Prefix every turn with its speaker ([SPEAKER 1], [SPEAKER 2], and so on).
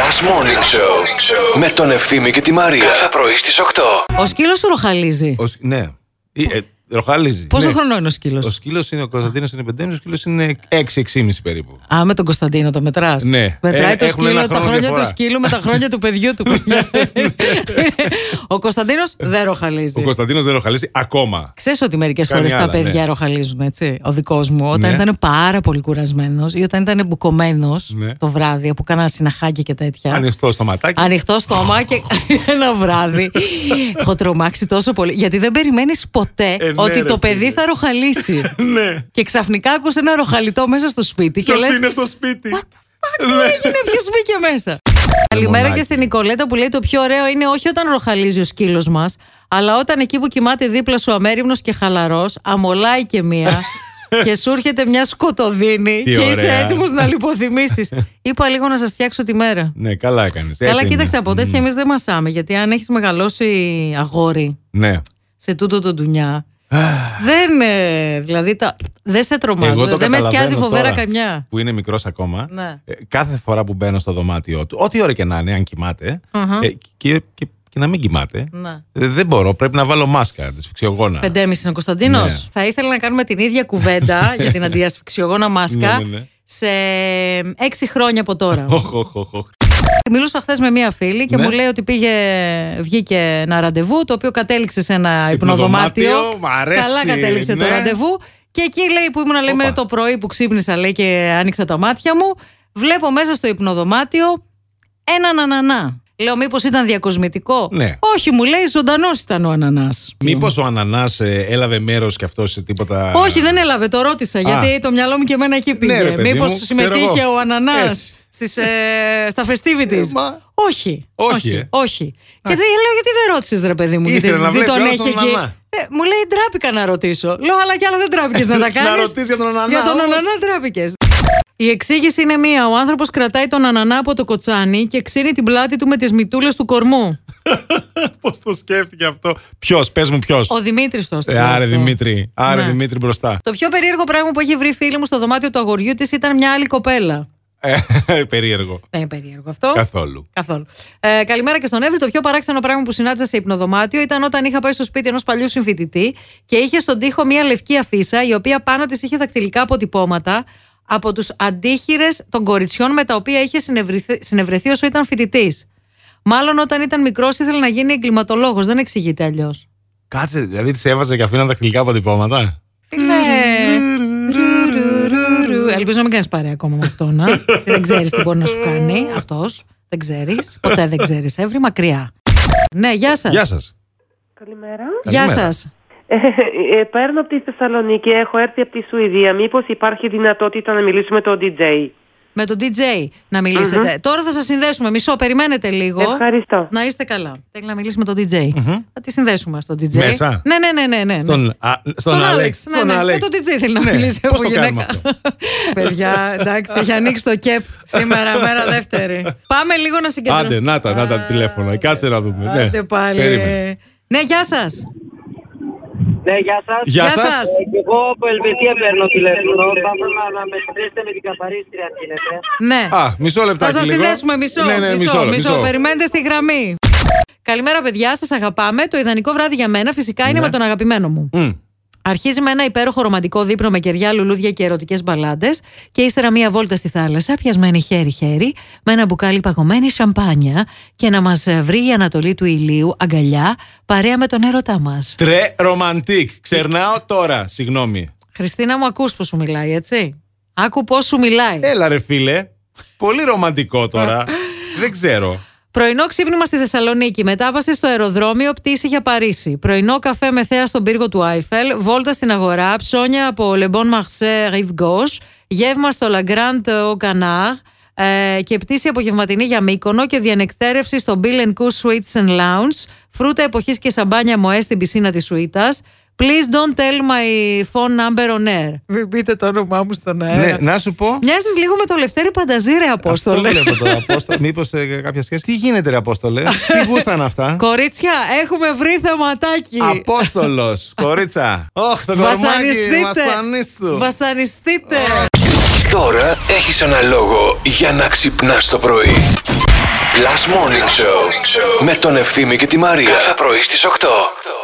[SPEAKER 1] Last Morning Show με τον Ευθύμη και τη Μαρία. Κάθε πρωί στις 8.
[SPEAKER 2] Ο σκύλος σου ροχαλίζει.
[SPEAKER 3] Ο σ- ναι. Ή, ε, ροχαλίζει.
[SPEAKER 2] Πόσο
[SPEAKER 3] ναι.
[SPEAKER 2] χρονών είναι ο σκύλος.
[SPEAKER 3] Ο σκύλος είναι ο Κωνσταντίνος είναι 5,5, ο σκύλος είναι 6-6,5 περίπου.
[SPEAKER 2] Α, με τον Κωνσταντίνο το μετράς.
[SPEAKER 3] Ναι.
[SPEAKER 2] Μετράει
[SPEAKER 3] Ε,
[SPEAKER 2] το
[SPEAKER 3] έχουν ένα
[SPEAKER 2] σκύλο, τα
[SPEAKER 3] χρόνο
[SPEAKER 2] χρόνια
[SPEAKER 3] διαφορά. Ναι,
[SPEAKER 2] του σκύλου με τα χρόνια του παιδιού του. παιδιά. ο Κωνσταντίνος δεν ροχαλίζει.
[SPEAKER 3] Ο Κωνσταντίνος δεν ροχαλίζει ακόμα.
[SPEAKER 2] Ξέρεις ότι μερικές
[SPEAKER 3] Κάνει
[SPEAKER 2] φορές τα
[SPEAKER 3] άλλα,
[SPEAKER 2] παιδιά
[SPEAKER 3] ναι.
[SPEAKER 2] ροχαλίζουν, έτσι. Ο δικός μου, όταν
[SPEAKER 3] Ναι.
[SPEAKER 2] ήταν πάρα πολύ κουρασμένος ή όταν ήταν μπουκωμένο
[SPEAKER 3] Ναι.
[SPEAKER 2] το βράδυ που κάνα συναχάκια και τέτοια.
[SPEAKER 3] Ανοιχτό στο ματάκι.
[SPEAKER 2] Ανοιχτό στόμα και ένα βράδυ. Έχω τρομάξει τόσο πολύ. Γιατί δεν περιμένεις ποτέ
[SPEAKER 3] Ε, ναι,
[SPEAKER 2] ότι
[SPEAKER 3] ρε,
[SPEAKER 2] το παιδί
[SPEAKER 3] φίλε.
[SPEAKER 2] θα ροχαλίσει.
[SPEAKER 3] Ναι.
[SPEAKER 2] και ξαφνικά ακούς ένα ροχαλιτό μέσα στο σπίτι και
[SPEAKER 3] Ποιος
[SPEAKER 2] λες
[SPEAKER 3] είναι στο σπίτι.
[SPEAKER 2] «Μα Τι έγινε, ποιο μπήκε μέσα. Καλημέρα
[SPEAKER 3] Λεμονάκι.
[SPEAKER 2] και στην Νικολέτα που λέει το πιο ωραίο είναι όχι όταν ροχαλίζει ο σκύλος μας, αλλά όταν εκεί που κοιμάται δίπλα σου αμέριμνος και χαλαρός, αμολάει και μία και σου έρχεται μια σκοτωδίνη και
[SPEAKER 3] Τι
[SPEAKER 2] είσαι
[SPEAKER 3] ωραία.
[SPEAKER 2] έτοιμος να λιποθυμήσεις. Είπα λίγο να σας φτιάξω τη μέρα.
[SPEAKER 3] Ναι, καλά έκανες.
[SPEAKER 2] Καλά, κοίταξε από τέτοια εμείς δεν μασάμε. Γιατί αν έχεις μεγαλώσει αγόρι
[SPEAKER 3] Ναι.
[SPEAKER 2] σε τούτο το ντουνιά. δεν. ε, δηλαδή τα, δεν σε
[SPEAKER 3] Εγώ
[SPEAKER 2] τρομάζω.
[SPEAKER 3] το
[SPEAKER 2] Δεν με σκιάζει
[SPEAKER 3] καταλαβαίνω
[SPEAKER 2] φοβέρα
[SPEAKER 3] τώρα,
[SPEAKER 2] καμιά.
[SPEAKER 3] Που είναι μικρός ακόμα.
[SPEAKER 2] Ναι.
[SPEAKER 3] ε, κάθε φορά που μπαίνω στο δωμάτιό του, ό,τι ώρα και να είναι, αν κοιμάται.
[SPEAKER 2] Αχα.
[SPEAKER 3] ε, και, και, και να μην κοιμάται.
[SPEAKER 2] Ναι.
[SPEAKER 3] ε, δεν μπορώ, πρέπει να βάλω μάσκα, δυσφυξιογόνα.
[SPEAKER 2] Πεντέμιση είναι ο Κωνσταντίνος.
[SPEAKER 3] Ναι.
[SPEAKER 2] Θα ήθελα να κάνουμε την ίδια κουβέντα για την αντιασφυξιογόνα μάσκα
[SPEAKER 3] Ναι, ναι, ναι.
[SPEAKER 2] σε έξι χρόνια από τώρα.
[SPEAKER 3] Οχ, οχ, οχ, οχ.
[SPEAKER 2] Μιλούσα χθες με μία φίλη και
[SPEAKER 3] Ναι.
[SPEAKER 2] μου λέει ότι πήγε, βγήκε ένα ραντεβού το οποίο κατέληξε σε ένα
[SPEAKER 3] Υπνοδωμάτιο,
[SPEAKER 2] υπνοδωμάτιο.
[SPEAKER 3] μ' αρέσει,
[SPEAKER 2] Καλά κατέληξε το
[SPEAKER 3] ναι.
[SPEAKER 2] ραντεβού. Και εκεί λέει που ήμουν λέει,
[SPEAKER 3] Όπα.
[SPEAKER 2] με το πρωί που ξύπνησα λέει, και άνοιξα τα μάτια μου. Βλέπω μέσα στο υπνοδωμάτιο έναν ανανά. Λέω, μήπως ήταν διακοσμητικό.
[SPEAKER 3] Ναι.
[SPEAKER 2] Όχι, μου λέει, ζωντανός ήταν ο ανανάς.
[SPEAKER 3] Μήπως ο Ανανάς έλαβε μέρος κι αυτός σε τίποτα.
[SPEAKER 2] Όχι, δεν έλαβε, το ρώτησα. γιατί το μυαλό μου και εμένα εκεί πήγε.
[SPEAKER 3] Ναι, ρε παιδί
[SPEAKER 2] Μήπως
[SPEAKER 3] μου, ξέρω
[SPEAKER 2] συμμετείχε
[SPEAKER 3] εγώ.
[SPEAKER 2] ο Ανανάς
[SPEAKER 3] Έτσι.
[SPEAKER 2] ε, στα festivities.
[SPEAKER 3] Ε, μα-
[SPEAKER 2] Όχι.
[SPEAKER 3] Όχι,
[SPEAKER 2] Όχι.
[SPEAKER 3] ε.
[SPEAKER 2] όχι. Και δεν- λέω, γιατί δεν ρώτησες, ρε παιδί μου,
[SPEAKER 3] Ήθελε
[SPEAKER 2] γιατί
[SPEAKER 3] να
[SPEAKER 2] δεν
[SPEAKER 3] βλέπει
[SPEAKER 2] τον
[SPEAKER 3] όλος
[SPEAKER 2] έχει
[SPEAKER 3] τον
[SPEAKER 2] εκεί.
[SPEAKER 3] Ανανά.
[SPEAKER 2] Ε, μου λέει, ντράπηκα να ρωτήσω. Λέω, αλλά κι άλλα δεν τράπηκε να τα
[SPEAKER 3] Να
[SPEAKER 2] κάνεις.
[SPEAKER 3] ρωτήσεις για τον Ανανά,
[SPEAKER 2] Για τον
[SPEAKER 3] όμως.
[SPEAKER 2] Ανανά τράπηκε. Η εξήγηση είναι μία. Ο άνθρωπος κρατάει τον Ανανά από το κοτσάνι και ξύνει την πλάτη του με τις μητούλες του κορμού.
[SPEAKER 3] Πώς το σκέφτηκε αυτό. Ποιος, πες μου ποιος.
[SPEAKER 2] Ο Δημήτρης το
[SPEAKER 3] Ε,
[SPEAKER 2] έστειλε
[SPEAKER 3] άρε
[SPEAKER 2] αυτό.
[SPEAKER 3] Δημήτρη. Άρε
[SPEAKER 2] Ναι.
[SPEAKER 3] Δημήτρη μπροστά.
[SPEAKER 2] Το πιο περίεργο πράγμα που έχει βρει η φίλη μου στο δωμάτιο του αγοριού της ήταν μια άλλη κοπέλα.
[SPEAKER 3] Ε, περίεργο.
[SPEAKER 2] Δεν είναι περίεργο αυτό.
[SPEAKER 3] Καθόλου.
[SPEAKER 2] Καθόλου. Ε, καλημέρα και στον Εύρη. Το πιο παράξενο πράγμα που συνάντησα σε υπνοδωμάτιο ήταν όταν είχα πάει στο σπίτι ενός παλιού συμφοιτητή και είχε στον τοίχο μία λευκή αφίσα η οποία πάνω της είχε δακτυλικά αποτυπώματα από τους αντίχειρες των κοριτσιών με τα οποία είχε συνευρεθεί, συνευρεθεί όσο ήταν φοιτητής. Μάλλον όταν ήταν μικρός ήθελε να γίνει εγκληματολόγος. Δεν εξηγείται αλλιώς.
[SPEAKER 3] Κάτσε, δηλαδή της έβαζε και αφήναν δαχτυλικά αποτυπώματα.
[SPEAKER 2] Ελπίζω να μην κάνεις παρέα ακόμα με αυτόν. α. δεν ξέρεις τι μπορεί να σου κάνει αυτός. Δεν ξέρεις. Ποτέ δεν ξέρεις. Εύρη μακριά. Ναι, γεια σας.
[SPEAKER 3] Ε, Γεια σας.
[SPEAKER 4] Καλημέρα.
[SPEAKER 2] Γεια
[SPEAKER 3] Καλημέρα.
[SPEAKER 2] σας.
[SPEAKER 4] Ε, ε, ε, παίρνω από τη Θεσσαλονίκη, έχω έρθει από τη Σουηδία. Μήπως υπάρχει δυνατότητα να μιλήσουμε με τον DJ.
[SPEAKER 2] Με τον DJ να μιλησετε Τώρα θα σας συνδέσουμε. Μισό, περιμένετε λίγο.
[SPEAKER 4] Ευχαριστώ.
[SPEAKER 2] Να είστε καλά. Θέλει να μιλήσει με τον DJ. Θα τη συνδέσουμε στον DJ.
[SPEAKER 3] Μέσα?
[SPEAKER 2] Ναι, ναι, ναι, ναι. ναι.
[SPEAKER 3] Στον, α, στον Άλεξ.
[SPEAKER 2] Ναι, ναι. Με τον DJ θέλει να
[SPEAKER 3] Ναι,
[SPEAKER 2] μιλήσει.
[SPEAKER 3] πώς
[SPEAKER 2] από
[SPEAKER 3] το
[SPEAKER 2] γυναίκα.
[SPEAKER 3] κάνουμε αυτό?
[SPEAKER 2] Παιδιά, εντάξει, έχει ανοίξει το κεπ σήμερα, μέρα δεύτερη. Πάμε λίγο να συγκεντρωθούμε.
[SPEAKER 3] Άντε, να τα, να τα τηλέφωνα. Κάτσε να δούμε.
[SPEAKER 2] Άντε
[SPEAKER 3] ναι.
[SPEAKER 2] πάλι.
[SPEAKER 3] Περίμενε.
[SPEAKER 2] Ναι, γεια σας.
[SPEAKER 5] Ναι, γεια σας.
[SPEAKER 3] Γεια σας.
[SPEAKER 2] σας.
[SPEAKER 5] Ε, και εγώ από Ελβετία παίρνω τηλέφωνο. Θα ήθελα να με συνδέσετε με την καθαρίστρια, αν γίνεται.
[SPEAKER 2] Ναι.
[SPEAKER 3] Α, μισό λεπτό.
[SPEAKER 2] Θα σας συνδέσουμε μισό.
[SPEAKER 3] Ναι, ναι, μισό,
[SPEAKER 2] μισό,
[SPEAKER 3] μισό.
[SPEAKER 2] Περιμένετε στη γραμμή. Καλημέρα, παιδιά. Σας αγαπάμε. Το ιδανικό βράδυ για μένα φυσικά
[SPEAKER 3] Ναι.
[SPEAKER 2] είναι με τον αγαπημένο μου.
[SPEAKER 3] Μμ.
[SPEAKER 2] Αρχίζει με ένα υπέροχο ρομαντικό δείπνο με κεριά, λουλούδια και ερωτικές μπαλάντες. Και ύστερα μία βόλτα στη θάλασσα, πιασμένη χέρι-χέρι, με ένα μπουκάλι παγωμένη σαμπάνια και να μας βρει η Ανατολή του ηλίου αγκαλιά, παρέα με τον έρωτά μας.
[SPEAKER 3] Τρε ρομαντικ. Ξερνάω τώρα. Συγγνώμη.
[SPEAKER 2] Χριστίνα, μου ακούς που σου μιλάει, έτσι. Άκου πώς σου μιλάει.
[SPEAKER 3] Έλα, ρε φίλε. Πολύ ρομαντικό τώρα. Δεν ξέρω.
[SPEAKER 2] Πρωινό ξύπνημα στη Θεσσαλονίκη. Μετάβαση στο αεροδρόμιο, πτήση για Παρίσι. Πρωινό καφέ με θέα στον πύργο του Άιφελ. Βόλτα στην αγορά. Ψώνια από Le Bon Marché Rive Gauche. Γεύμα στο La Grande au Canard. Ε, και πτήση απογευματινή για Μύκονο και διανεκτέρευση στο Bill Coo Suites and Lounge. Φρούτα εποχής και σαμπάνια μοέ στην πισίνα της Σουίτα. Please don't tell my phone number on air. Μην πείτε το όνομά μου στον αέρα.
[SPEAKER 3] Ναι, να σου πω.
[SPEAKER 2] Μοιάζεις λίγο με το Λευτέρη Πανταζήρε,
[SPEAKER 3] Αυτό
[SPEAKER 2] Απόστολε.
[SPEAKER 3] βλέπω τώρα. Απόστολε. Μήπως κάποια σχέση. Τι γίνεται, ρε Απόστολε. Τι γούσταν αυτά.
[SPEAKER 2] Κορίτσια, έχουμε βρει θεματάκι.
[SPEAKER 3] Απόστολος, κορίτσα. Όχι, το κορμάκι. Βασανίστου.
[SPEAKER 2] Βασανιστείτε.
[SPEAKER 1] Τώρα έχεις ένα λόγο για να ξυπνάς το πρωί. Last Morning Show με τον Ευθύμη και τη Μαρία. Κάθε πρωί στις 8.